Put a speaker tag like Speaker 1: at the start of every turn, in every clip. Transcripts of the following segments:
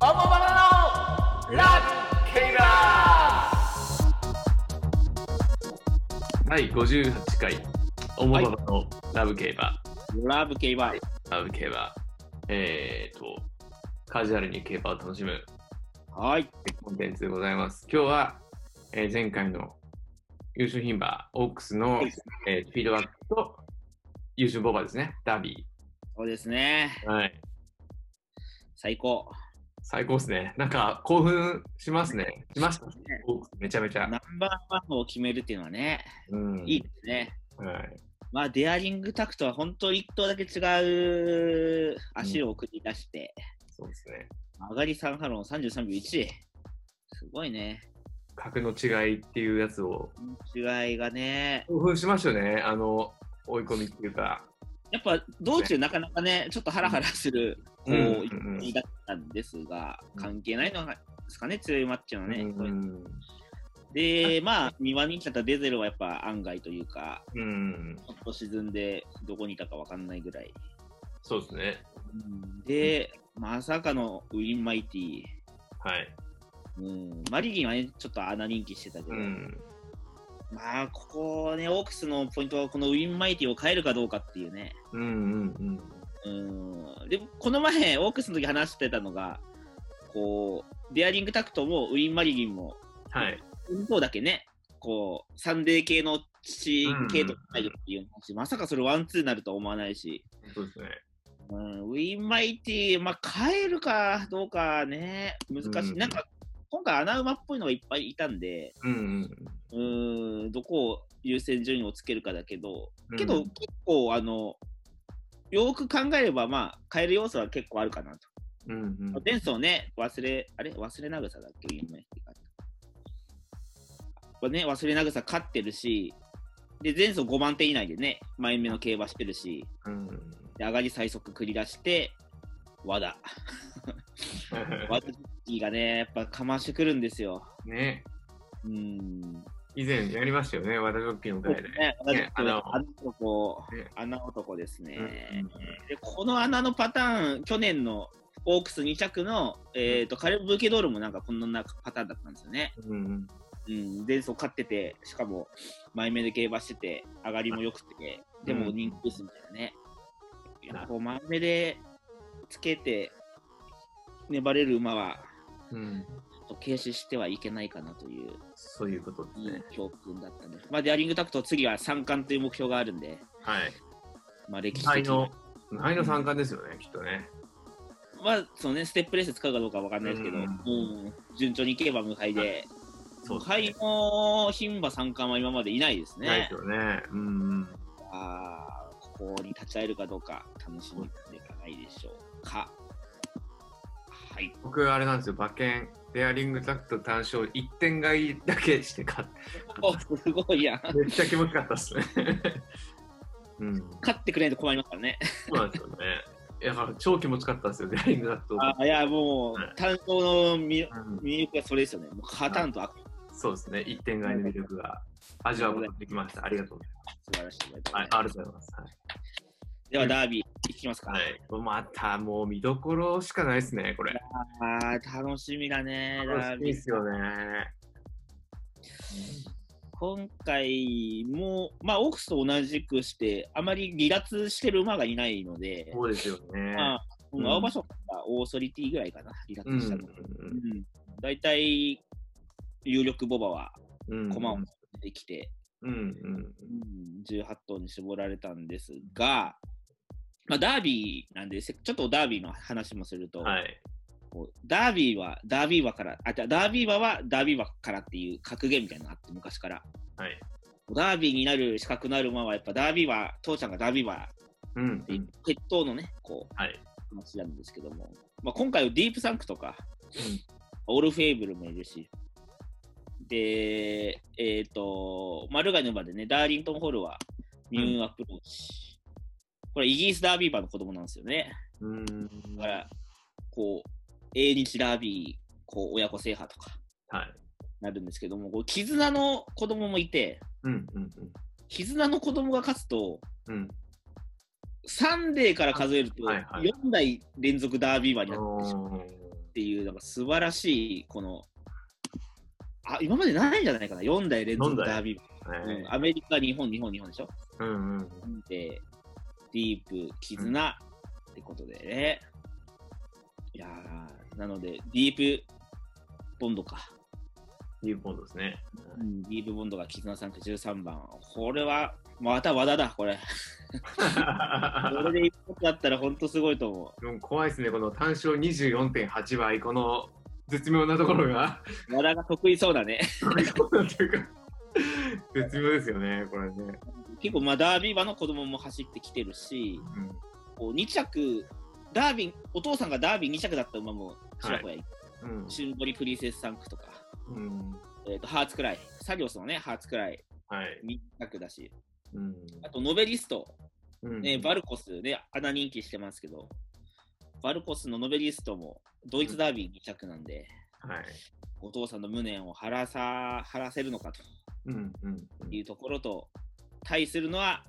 Speaker 1: オモバナのラッキーラ
Speaker 2: 第58回、オモババのラブ競馬、
Speaker 3: ラブ競馬。はい。
Speaker 2: ラブ競馬、えーと、カジュアルに競馬を楽しむ
Speaker 3: はい。
Speaker 2: コンテンツでございます。今日は、えー前回の優勝牝馬、オークスの、えーフィードバックと優勝ボーバーですね、ダービ
Speaker 3: そうですね。
Speaker 2: ー。はい。
Speaker 3: 最高。
Speaker 2: 最高ですね。なんか興奮しますね。しました。オークスめちゃめちゃ
Speaker 3: ナ。ンバーワンを決めるっていうのはね、
Speaker 2: うん
Speaker 3: いいですね。
Speaker 2: はい。
Speaker 3: まあ、デアリングタクトは本当一頭だけ違う足を送り出して、
Speaker 2: そうですね。
Speaker 3: 上がりサンハロン33秒1。すごいね。
Speaker 2: 格の違いっていうやつを
Speaker 3: 違いがね。
Speaker 2: 興奮しましたよね。あの、追い込みっていうか。
Speaker 3: やっぱ道中なかなかね、ちょっとハラハラする、こう、
Speaker 2: うん
Speaker 3: 一匹だったんですが、
Speaker 2: うん
Speaker 3: 関係ないのがですかね、強いマッチの
Speaker 2: う
Speaker 3: ね。
Speaker 2: ん。
Speaker 3: で、まあ、2番に来たデゼルはやっぱ案外というか、
Speaker 2: うん。
Speaker 3: ちょっと沈んで、どこにいたかわかんないぐらい。
Speaker 2: そうですね。
Speaker 3: で、まさかのウィン・マイティ。
Speaker 2: はい。
Speaker 3: うん、マリリンはね、ちょっと穴人気してたけど、
Speaker 2: うん。
Speaker 3: まあ、ここね、オークスのポイントは、このウィン・マイティを変えるかどうかっていうね。
Speaker 2: うんうん
Speaker 3: うん、で、この前、オークスの時話してたのが、こう、デアリングタクトもウィン・マリリンも、
Speaker 2: はい。
Speaker 3: 一方だけね、こう、サンデー系の父系と入るっていう話、まさかそれワンツーになるとは思わないし、
Speaker 2: そうですね。
Speaker 3: うん、ウィンマイティ、まあ、変えるかどうかね、難しい。
Speaker 2: うん
Speaker 3: なんか、今回穴馬っぽいのがいっぱいいたんで、
Speaker 2: うん
Speaker 3: うーん、どこを優先順位をつけるかだけど、
Speaker 2: うん。
Speaker 3: けど、結構、あの、よーく考えれば、まあ、変える要素は結構あるかなと。
Speaker 2: うんうん。
Speaker 3: 前走ね、忘れ、あれ忘れなぐさだっけウィンマイティが。これね、忘れなぐさ勝ってるし、で、前走5番手以内でね、前目の競馬してるし、
Speaker 2: うん。
Speaker 3: で上がり最速繰り出して、和田。和田ジッキーがね、やっぱかましてくるんですよ。
Speaker 2: ね。
Speaker 3: うーん。
Speaker 2: 以前やりましたよね、和田ジョッキーの
Speaker 3: そう
Speaker 2: 回
Speaker 3: で。
Speaker 2: です
Speaker 3: ね、和田ジッキー
Speaker 2: 穴
Speaker 3: は
Speaker 2: を
Speaker 3: 穴男、
Speaker 2: ね
Speaker 3: 穴男ですね、
Speaker 2: うん
Speaker 3: で。この穴のパターン、去年のオークス2着の、えー、とカレブ・ブーケドールもなんかこんなパターンだったんですよね。
Speaker 2: うん
Speaker 3: うん、前走勝ってて、しかも前目で競馬してて、上がりも良くて、でも人気ですみたいなね。いやこう前目でつけて粘れる馬は、
Speaker 2: うん。うん。
Speaker 3: 軽視してはいけないかなという、
Speaker 2: そういうことです
Speaker 3: いい
Speaker 2: ね。
Speaker 3: 教訓だったね。まあ、デアリングタクト、次は三冠という目標があるんで、
Speaker 2: はい。
Speaker 3: まあ、歴史
Speaker 2: 愛
Speaker 3: 的
Speaker 2: の
Speaker 3: に。、
Speaker 2: 愛の参加ですよね、きっとね。
Speaker 3: まあ、そのね、ステップレース使うかどうかわかんないですけど、
Speaker 2: う
Speaker 3: うんん順調にいけば無敗で、
Speaker 2: そうで
Speaker 3: 無
Speaker 2: すね
Speaker 3: 敗の牝馬三冠は今までいないです
Speaker 2: ないで
Speaker 3: ね
Speaker 2: す。よね。うん
Speaker 3: あーここに立ち会えるかどうか楽しみではないでしょうか。はい。
Speaker 2: 僕、あれなんですよ、馬券、デアリングタクト単勝1点買いだけして買っ
Speaker 3: おすごいやん。
Speaker 2: て、めっちゃ気持ちよかったっすね。 うん。
Speaker 3: 勝ってくれないと困りますからね。
Speaker 2: そうなんですよね。いやだから超気持ちよかったですよ、デアリングだと。
Speaker 3: あいや、もう、担当の魅
Speaker 2: うん、
Speaker 3: 魅力がそれですよね。もう、勝たんと悪
Speaker 2: そうですね、一点外の魅力が味わうことができました。ありがとうござい
Speaker 3: 素晴らしいと思いま
Speaker 2: ま
Speaker 3: す
Speaker 2: す。はい、ありがとうございます。
Speaker 3: では、ダービー、いきますか。
Speaker 2: はい、はい、またもう見どころしかないですね、これ。
Speaker 3: あー楽しみだね、ダー
Speaker 2: 楽しみ
Speaker 3: ビ
Speaker 2: で
Speaker 3: ー。
Speaker 2: すよね。
Speaker 3: 今回も、まあ、オークスと同じくして、あまり離脱してる馬がいないので、
Speaker 2: そうですよね。
Speaker 3: まあ、
Speaker 2: うん
Speaker 3: うん青葉賞がオーソリティぐらいかな、離
Speaker 2: うん
Speaker 3: 脱したの。うん大体、有力ボバは
Speaker 2: うん。
Speaker 3: 駒を持ってきて、
Speaker 2: うんうん。
Speaker 3: 18頭に絞られたんですが、まあ、ダービーなんで、せちょっとダービーの話もすると、
Speaker 2: はい。
Speaker 3: こうダービーはダービー馬から、あ、じゃあダービー馬はダービー馬からっていう格言みたいなのがあって、昔から。
Speaker 2: はい。
Speaker 3: ダービーになる資格のある馬は、やっぱダービー馬、父ちゃんがダービー馬っ
Speaker 2: うん
Speaker 3: ていう、血統のね、こう、
Speaker 2: はい。
Speaker 3: 話なんですけども、まあ、今回はディープサンクとか、オールフェイブルもいるし、で、えっ、と、マルガヌまでね、ダーリントンホールはニューアプローチ。これ、イギリスダービー馬の子供なんですよね。
Speaker 2: うん。うん。
Speaker 3: だから、こう、英日ダービー、こう、親子制覇とか
Speaker 2: はい。
Speaker 3: なるんですけども、こう絆の子供もいて、
Speaker 2: うんうんうん。
Speaker 3: 絆の子供が勝つと、
Speaker 2: うん。
Speaker 3: サンデーから数えると、
Speaker 2: はいはい
Speaker 3: 4代連続ダービー馬になってしまう。
Speaker 2: おー
Speaker 3: っていうのが素晴らしい、この、あ、今までないんじゃないかな、4代連続
Speaker 2: 四代
Speaker 3: ダービー馬、
Speaker 2: え
Speaker 3: うんアメリカ、日本、日本、日本でしょ。
Speaker 2: ーうんうん。
Speaker 3: で、ディープ、絆ってことでね。いやー、なので、ディープボンドか。
Speaker 2: いいポンドですね。
Speaker 3: ディープボンドが絆参加13番。これは、また和田だ、 これ。これで一発だったら本当すごいと思
Speaker 2: でも怖いですね、この単勝24.8倍、この絶妙なところが。
Speaker 3: う。和田が得意そうだね。
Speaker 2: なんていうか絶妙ですよね、これね。
Speaker 3: 結構、まあ、ダービー馬の子供も走ってきてるし、
Speaker 2: うん
Speaker 3: こう2着、ダービー、お父さんがダービー2着だった馬も、ちらほや、
Speaker 2: うん
Speaker 3: シンボリプリンセスサンクとか、
Speaker 2: うん
Speaker 3: えー、とハーツクライ、サリオスのね、ハーツクライ、
Speaker 2: はい。
Speaker 3: 2着だし、
Speaker 2: うん
Speaker 3: あと、ノベリスト、
Speaker 2: うん
Speaker 3: ね、バルコスね、穴人気してますけど、バルコスのノベリストもドイツダービー2着なんで、
Speaker 2: はい。
Speaker 3: お父さんの無念を晴らさ晴らせるのかと
Speaker 2: うんうん
Speaker 3: いうところと、対するのは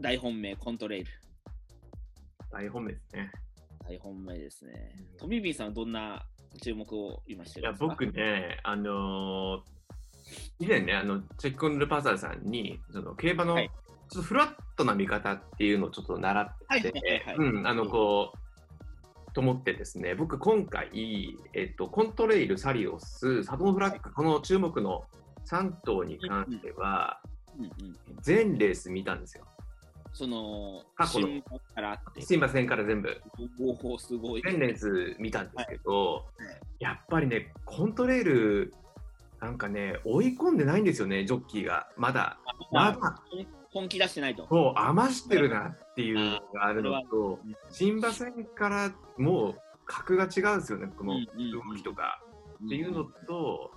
Speaker 3: 大本命コントレイル。
Speaker 2: 大本命ですね。
Speaker 3: 大本命ですね
Speaker 2: う。ん
Speaker 3: トミービーさんはどんな注目を今して
Speaker 2: い
Speaker 3: るん
Speaker 2: や、
Speaker 3: ですか
Speaker 2: 僕ね、あのー以前ね、あの、チェックオン・ルパーサーさんに、その競馬の、
Speaker 3: はい
Speaker 2: ちょっとフラットな見方っていうのをちょっと習って、
Speaker 3: はいはいはいはい
Speaker 2: うん、あの、こう、と思ってですね、僕今回、えっと、コントレイル、サリオス、サドンフラッグ、この注目の3頭に関しては、
Speaker 3: うんうん、
Speaker 2: 全レース見たんですよ。
Speaker 3: その、
Speaker 2: 過去の
Speaker 3: 新聞からあって、
Speaker 2: すいませんから全部。
Speaker 3: 方法すごい。
Speaker 2: 前列見たんですけど、
Speaker 3: はい
Speaker 2: やっぱりねコントレールなんかね追い込んでないんですよねジョッキーがまだまだ
Speaker 3: 本気出してないと。
Speaker 2: もう余してるなっていうのがあるのと
Speaker 3: うん
Speaker 2: 新馬戦からもう格が違うんですよねこの
Speaker 3: うんうんうん
Speaker 2: 動きとか、っていうのと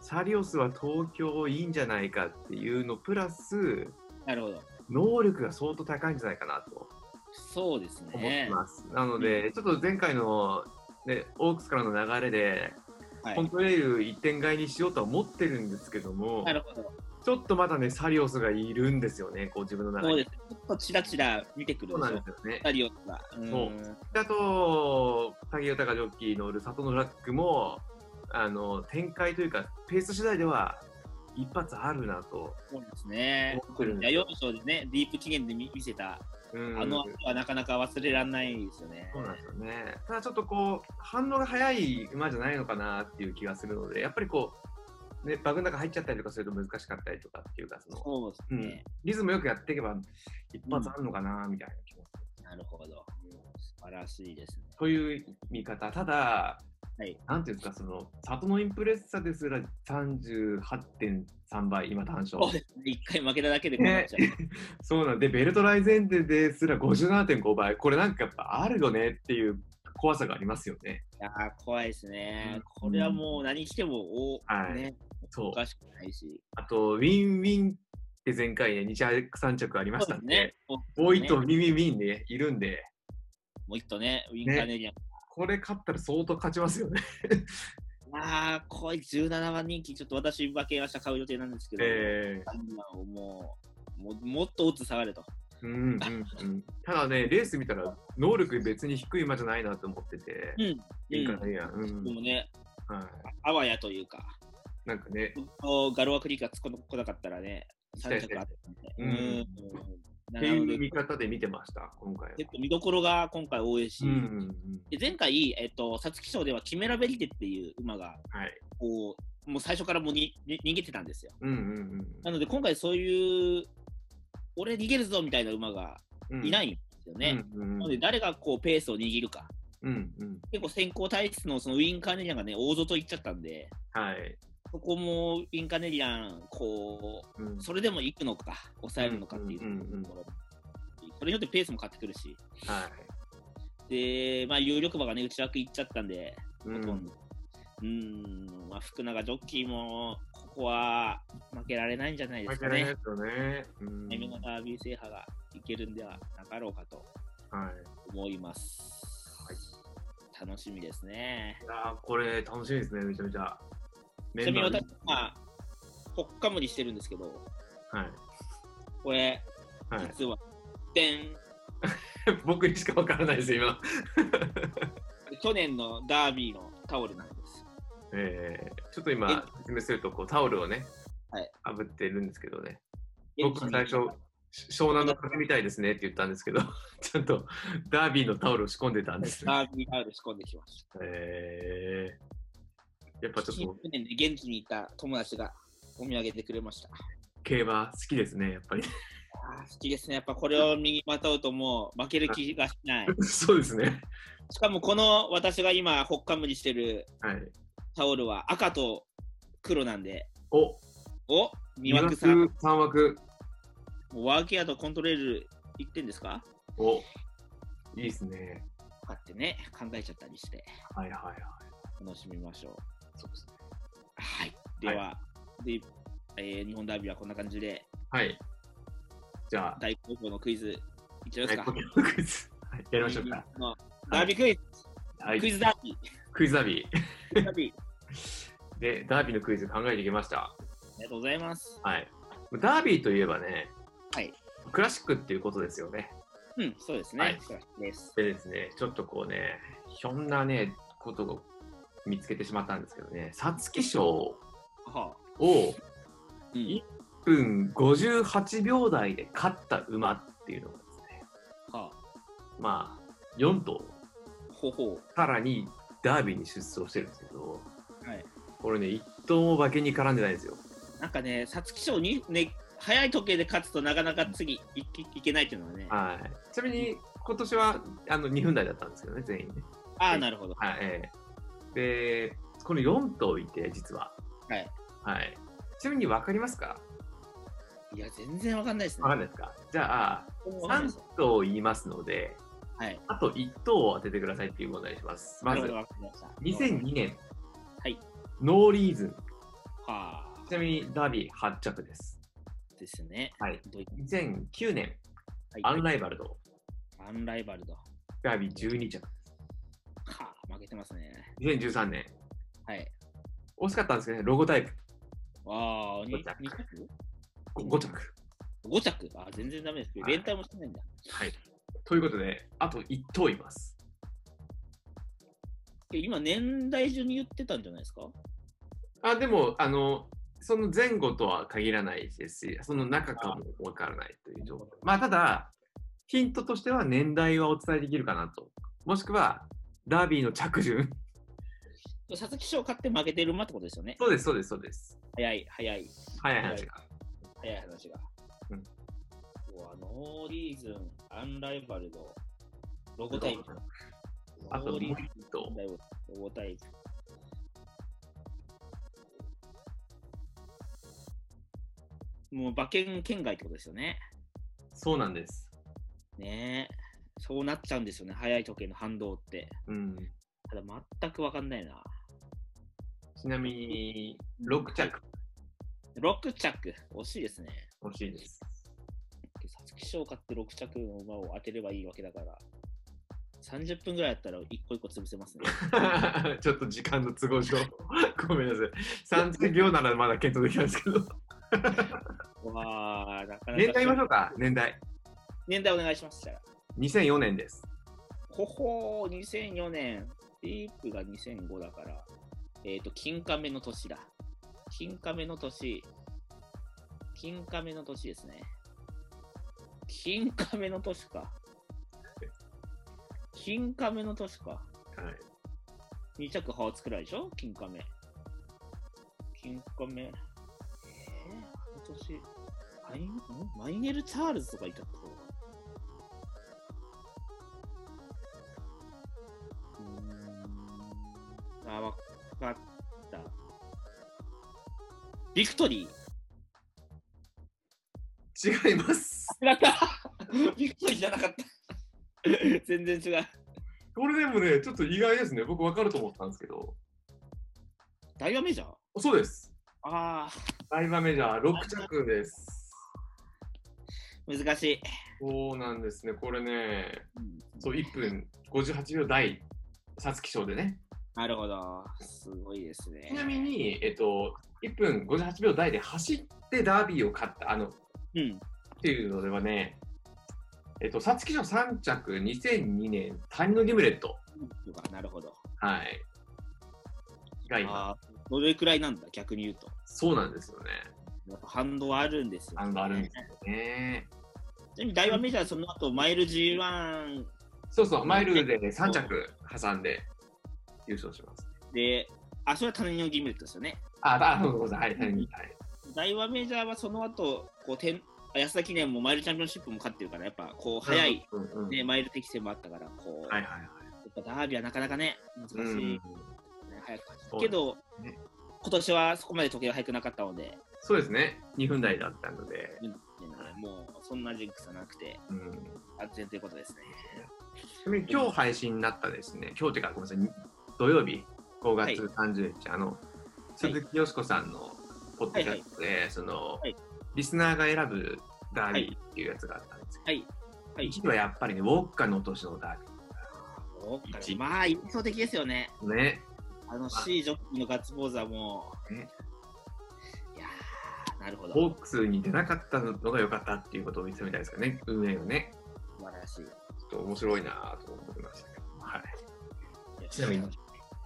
Speaker 2: サリオスは東京いいんじゃないかっていうのプラス
Speaker 3: なるほど。
Speaker 2: 能力が相当高いんじゃないかなと
Speaker 3: そうです
Speaker 2: 思って
Speaker 3: ね。
Speaker 2: ます、なので、ちょっと前回の、ね、オークスからの流れで
Speaker 3: は
Speaker 2: コン
Speaker 3: い、
Speaker 2: トレイル一点買いにしようとは思ってるんですけども
Speaker 3: な、るほど。
Speaker 2: ちょっとまだね、サリオスがいるんですよね、こう自分の中
Speaker 3: そう
Speaker 2: に
Speaker 3: で。す。ちょっとちらちら見てくる
Speaker 2: そう
Speaker 3: で
Speaker 2: な
Speaker 3: し
Speaker 2: んで。
Speaker 3: ょ
Speaker 2: すよね。
Speaker 3: 二人よりは。うん
Speaker 2: そだと、武豊ジョッキーのルサトノラックも、あの展開というか、ペース次第では一発あるなと
Speaker 3: そうですね。
Speaker 2: 思ってるん
Speaker 3: いや、
Speaker 2: です
Speaker 3: 要
Speaker 2: よ。
Speaker 3: 所でね、ディープ期限で見見せた、
Speaker 2: うん
Speaker 3: あの後はなかなか忘れられないですよね。
Speaker 2: そうなんですよね。ただちょっとこう、反応が早い馬じゃないのかなっていう気がするので、やっぱりこう、ね、バグの中入っちゃったりとかすると難しかったりとかっていうか、その、
Speaker 3: そうですね。
Speaker 2: リズムよくやっていけば一発あるのかなみたいな気もする、
Speaker 3: なるほど。うん素晴らしいですね。
Speaker 2: という見方ただ、
Speaker 3: はい
Speaker 2: なんていうんですかその里のインプレッサですら38.3倍今単勝
Speaker 3: そうですね。一回負けただけでこうなっちゃう。
Speaker 2: そうなんでベルトライゼンテですら57.5倍これなんかやっぱあるよねっていう怖さがありますよね
Speaker 3: いやー怖いです
Speaker 2: う
Speaker 3: ね。
Speaker 2: ん
Speaker 3: これはもう何しても、お
Speaker 2: はい
Speaker 3: ね、
Speaker 2: そう
Speaker 3: おかしくないし。
Speaker 2: あとウィンウィンって前回ね2着3着ありましたんで
Speaker 3: そうですね。
Speaker 2: もう一頭ウィンウィンウィンねいるんで
Speaker 3: もう一頭ね、ウィンカーネリアン。
Speaker 2: これ勝ったら相当勝ちますよね
Speaker 3: ああ、こい17番人気、ちょっと私、馬券明日買う予定なんですけど、
Speaker 2: えー
Speaker 3: をもうももっとオッズ下がれと。
Speaker 2: うんうんうん、ただね、レース見たら、能力別に低い馬じゃないなと思ってて、
Speaker 3: うん。
Speaker 2: いいからねいいやん、う
Speaker 3: で
Speaker 2: ん
Speaker 3: もね、
Speaker 2: は
Speaker 3: あわやというか、
Speaker 2: い、なんかね、
Speaker 3: ずっとガロアクリークがつこ来なかったらね、
Speaker 2: 期待
Speaker 3: 3
Speaker 2: して
Speaker 3: 着あ
Speaker 2: っ
Speaker 3: ったんで。
Speaker 2: うん
Speaker 3: な
Speaker 2: てい
Speaker 3: ので
Speaker 2: う、見方で見てました、今回は。
Speaker 3: 結構見どころが今回多いし、
Speaker 2: うんうんうん、
Speaker 3: で前回、えっと、皐月賞ではキメラベリテっていう馬が、
Speaker 2: はい、
Speaker 3: こう、もう最初からもうにに逃げてたんですよ。
Speaker 2: うんうん
Speaker 3: なので、今回そういう、俺逃げるぞみたいな馬が
Speaker 2: うん、
Speaker 3: いないいんですよね。、
Speaker 2: うんうん
Speaker 3: なの
Speaker 2: う
Speaker 3: で、
Speaker 2: ん
Speaker 3: 誰がこうペースを握るか。
Speaker 2: うんうん、
Speaker 3: 結構先行体質のそのウィン・カーネリアンがね、大外行っちゃったんで、
Speaker 2: はい、
Speaker 3: そこもウィン・カーネリアン、こ
Speaker 2: うん
Speaker 3: う、それでも行くのか、抑えるのかっていう
Speaker 2: うんうんうんうん
Speaker 3: ところ。それによってペースも変わってくるし、
Speaker 2: はい、
Speaker 3: で、まあ、有力馬がね、内枠行っちゃったんで、
Speaker 2: う
Speaker 3: ほとん
Speaker 2: ん
Speaker 3: ど。うーん、まあ、福永ジョッキーも、ここは負けられないんじゃないで
Speaker 2: 負
Speaker 3: す
Speaker 2: け
Speaker 3: から
Speaker 2: れない
Speaker 3: ね
Speaker 2: で。すよね。うん
Speaker 3: タイミングのダービー制覇がいけるんではなかろうかと
Speaker 2: はい
Speaker 3: 思います。
Speaker 2: はい
Speaker 3: 楽しみですね。
Speaker 2: いやーこれ楽しみですね、めちゃめちゃ。メ
Speaker 3: ちなみに
Speaker 2: バー
Speaker 3: 私、まあ、ほっかむりしてるんですけど、
Speaker 2: はい
Speaker 3: これ、
Speaker 2: はい、
Speaker 3: 実は、でん、
Speaker 2: 僕にしかわからないです、今。
Speaker 3: 去年のダービーのタオルなんです。
Speaker 2: えーちょっと今説明するとこうタオルをね、
Speaker 3: はい
Speaker 2: あぶってるんですけどね僕最初し湘南の風みたいですねって言ったんですけど ちゃんとダービーのタオルを仕込んでたんですね、
Speaker 3: ダービータオル仕込んできまし。
Speaker 2: えーやったぱちょっ
Speaker 3: 去
Speaker 2: と
Speaker 3: 年で現地にいた友達がお土産でくれました。
Speaker 2: 競馬好きですねやっぱ り
Speaker 3: あー好きですね。やっぱこれを身にまとうともう負ける気がしない。
Speaker 2: そうですね
Speaker 3: しかもこの私が今、ほっかむりしてる
Speaker 2: はい
Speaker 3: タオルは赤と黒なんで、
Speaker 2: お
Speaker 3: お
Speaker 2: 二
Speaker 3: 二枠さん、
Speaker 2: 3枠
Speaker 3: もうワーキアとコントレール1点ですか
Speaker 2: おいいですね
Speaker 3: とかってね、考えちゃったりして、
Speaker 2: はいはいはい
Speaker 3: 楽しみましょう。
Speaker 2: そうですね
Speaker 3: はい。では、でえー日本ダービーはこんな感じで、
Speaker 2: はいじゃあ
Speaker 3: 大好評のクイズ、いっちゃいま
Speaker 2: は
Speaker 3: す
Speaker 2: い
Speaker 3: か。
Speaker 2: クイズはいやりましょうか
Speaker 3: のダービークイズ、
Speaker 2: はい
Speaker 3: クイズダービー。
Speaker 2: クイズダービー
Speaker 3: クイズダービー。
Speaker 2: で、ダービーのクイズ考えてきました。
Speaker 3: ありがとうございます。
Speaker 2: はい。ダービーといえばね、
Speaker 3: はい。
Speaker 2: クラシックっていうことですよね。
Speaker 3: うん、そうですね。
Speaker 2: はい
Speaker 3: そうです。
Speaker 2: でですね、ちょっとこうね、ひょんなね、ことを見つけてしまったんですけどね、皐月賞を
Speaker 3: は
Speaker 2: 1
Speaker 3: あ、うん
Speaker 2: い分58秒台で勝った馬っていうのがですね、
Speaker 3: はあ、
Speaker 2: まあ、4頭、
Speaker 3: ほほ
Speaker 2: さらにダービーに出走してるんですけど、
Speaker 3: う。はい。
Speaker 2: これね、1頭も馬券に絡んでないんですよ。
Speaker 3: なんかね、皐月賞に、ね、早い時計で勝つとなかなか次いいいけないっていうのはね。あ
Speaker 2: はい。ちなみに、今年はあの2分台だったんですけどね、全員ね。
Speaker 3: あー、なるほど。
Speaker 2: はい、ええで、この4頭いて、実は。
Speaker 3: はい。
Speaker 2: はい。ちなみに分かりますか
Speaker 3: いや、全然わかんないですね。
Speaker 2: 分かんないですかじゃあ、
Speaker 3: わかんないで
Speaker 2: 3
Speaker 3: す
Speaker 2: 頭言いますので、
Speaker 3: はい。
Speaker 2: あと1頭を当ててくださいっていう問題にします。ま
Speaker 3: な
Speaker 2: ず
Speaker 3: るほど、、わかりました。
Speaker 2: 2002年、
Speaker 3: はい。
Speaker 2: ノーリーズン。
Speaker 3: はあ
Speaker 2: ち、なみに、ダービー8着です。
Speaker 3: ですね。
Speaker 2: はい。
Speaker 3: どうい
Speaker 2: 2009年、
Speaker 3: はい
Speaker 2: アンライバルド。
Speaker 3: アンライバルド。は
Speaker 2: ダービー12着。
Speaker 3: あ、負けてますね。
Speaker 2: 2013年、
Speaker 3: はい。
Speaker 2: 惜しかったんですけどね、ロゴタイプ
Speaker 3: わあ、に
Speaker 2: 五着
Speaker 3: 二着
Speaker 2: 5, 5着。
Speaker 3: ?5 着あー全然ダメですけど、
Speaker 2: はい
Speaker 3: 連帯もしてないんだ。
Speaker 2: はい。ということで、あと1頭います。
Speaker 3: え今、年代順に言ってたんじゃないですか
Speaker 2: あでもあのその前後とは限らないですしその中かも分からないという状況まあただヒントとしては年代はお伝えできるかなともしくはダービーの着順
Speaker 3: 佐々木賞勝って負けてる馬ってことですよね。
Speaker 2: そうですそうですそうです
Speaker 3: 早い、早い、
Speaker 2: 早い話が
Speaker 3: 早い話が。
Speaker 2: うん
Speaker 3: うわノーリーズン、アンライバルド、ロゴタイプ。
Speaker 2: あと
Speaker 3: ノーリ
Speaker 2: も
Speaker 3: ー
Speaker 2: う
Speaker 3: ズン
Speaker 2: 一頭
Speaker 3: ロゴタイプ。もう馬券圏外ってことですよね。
Speaker 2: そうなんです
Speaker 3: ねえ。そうなっちゃうんですよね。早い時計の反動って。
Speaker 2: うん
Speaker 3: ただ全くわかんないな。
Speaker 2: ちなみに6着
Speaker 3: 6着、惜しいですね。
Speaker 2: 欲しいです
Speaker 3: 皐月賞買って6着の馬を当てればいいわけだから、30分ぐらいだったら一個一個潰せますね。
Speaker 2: ちょっと時間の都合上 ごめんなさい30秒ならまだ検討できたんですけど
Speaker 3: わあ、なかなか。
Speaker 2: 年代言いましょうか年代
Speaker 3: 年代お願いします。じゃあ
Speaker 2: 2004年です
Speaker 3: ほほー、2004年、ディープが2005だから、えっ、と、金亀の年だ。金亀の年、金亀の年ですね。金亀の年か。金亀の年か。
Speaker 2: はい
Speaker 3: 2着ハーツくらいでしょ金亀。金亀。えー、今年、マイんマイネル・チャールズとかいたとこうーん。あ、わかった。ビクトリー。
Speaker 2: 違います。
Speaker 3: 違った ビクトリーじゃなかった。 全然違う。
Speaker 2: これでもね、ちょっと意外ですね。僕分かると思ったんですけど。
Speaker 3: ダイワメジャー
Speaker 2: そうです。
Speaker 3: ああ、
Speaker 2: ダイバメジャー6着です。
Speaker 3: 難しい。
Speaker 2: そうなんですね。これね、そう1分58秒台、皐月賞でね。
Speaker 3: なるほど。すごいですね。
Speaker 2: ちなみに、えっと、1分58秒台で走ってダービーを勝った、あの、っ
Speaker 3: うん。
Speaker 2: ていうのではね、えっと、サツキ賞3着、2002年、谷のギムレット。
Speaker 3: とかなるほど。
Speaker 2: はい。が今、
Speaker 3: あーどれくらいなんだ、逆に言うと。
Speaker 2: そうなんですよね。
Speaker 3: やっぱ反動はあるんですよ、ね。
Speaker 2: 反動あるんですね。
Speaker 3: ちなみに大和メジャー、その後マイル G1
Speaker 2: そうそう、マイルで3着挟んで優勝します。
Speaker 3: で、あ、それは他人のギムレットですよね。
Speaker 2: あ、あ、そうそうそう、はい、谷に。はい。
Speaker 3: 大和メジャーはその後こう天安田記念もマイルチャンピオンシップも勝ってるから、やっぱこう早い、
Speaker 2: うんうん。
Speaker 3: ね、マイル適性もあったから、こう、
Speaker 2: はいはい
Speaker 3: や
Speaker 2: はい。
Speaker 3: っぱダービーはなかなかね、難しい、ね早く勝つ
Speaker 2: そう
Speaker 3: けど、
Speaker 2: ですね
Speaker 3: 今年はそこまで時計が早くなかったので、
Speaker 2: そうですね、2分台だったので、
Speaker 3: うんもうそんなジンクスはなくて
Speaker 2: うん、
Speaker 3: 安全ということですね。
Speaker 2: ちなみに今日配信になったですね、今日というか、ごめんなさいに、土曜日、5月30日、あの鈴木よしこさんのポッドキャストで、その
Speaker 3: はい
Speaker 2: リスナーが選ぶダービーっていうやつがあったんですけど、
Speaker 3: はい。はい。
Speaker 2: 一位はやっぱりね、ウォッカの年のダービ
Speaker 3: そうかねまあ、印象的ですよね。
Speaker 2: ーね。
Speaker 3: あの C ジョッキーのガッツポーズはもう。
Speaker 2: ね
Speaker 3: いやー、なるほど。
Speaker 2: ホークスに出なかったのが良かったっていうことを見てたみたいですかね、運営がね。
Speaker 3: 素晴らしい。
Speaker 2: ちょっと面白いなぁと思いましたけど、はい。
Speaker 3: いや
Speaker 2: ちなみに。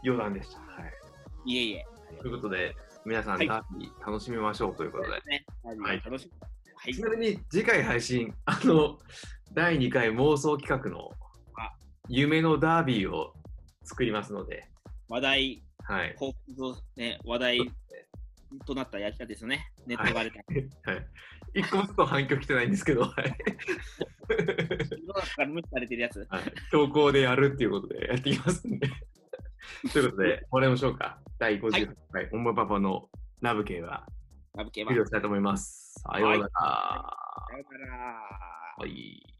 Speaker 2: 余談でした。はい。
Speaker 3: いえいえ。
Speaker 2: ということで、皆さん、
Speaker 3: はい
Speaker 2: ダービー楽しみましょうということで。
Speaker 3: ね、
Speaker 2: はい
Speaker 3: 楽しみ。はい
Speaker 2: ち。なみに次回配信、あの、第2回妄想企画の
Speaker 3: あ
Speaker 2: 夢のダービーを作りますので、
Speaker 3: 話題、
Speaker 2: はい。
Speaker 3: 報告とね、話題となったやり方ですよね。ネットバレた。
Speaker 2: はい、一個もちょっと反響来てないんですけど、はい。
Speaker 3: 世の中から無視されてるやつ。
Speaker 2: はい強行でやるっていうことでやっていきますんで。 ということで、終わりましょうか。第58回、オンマパパのラブ系は、
Speaker 3: ラブ系は。
Speaker 2: 終
Speaker 3: さよ
Speaker 2: 了したいと思います。さようなら。
Speaker 3: うなら。
Speaker 2: はい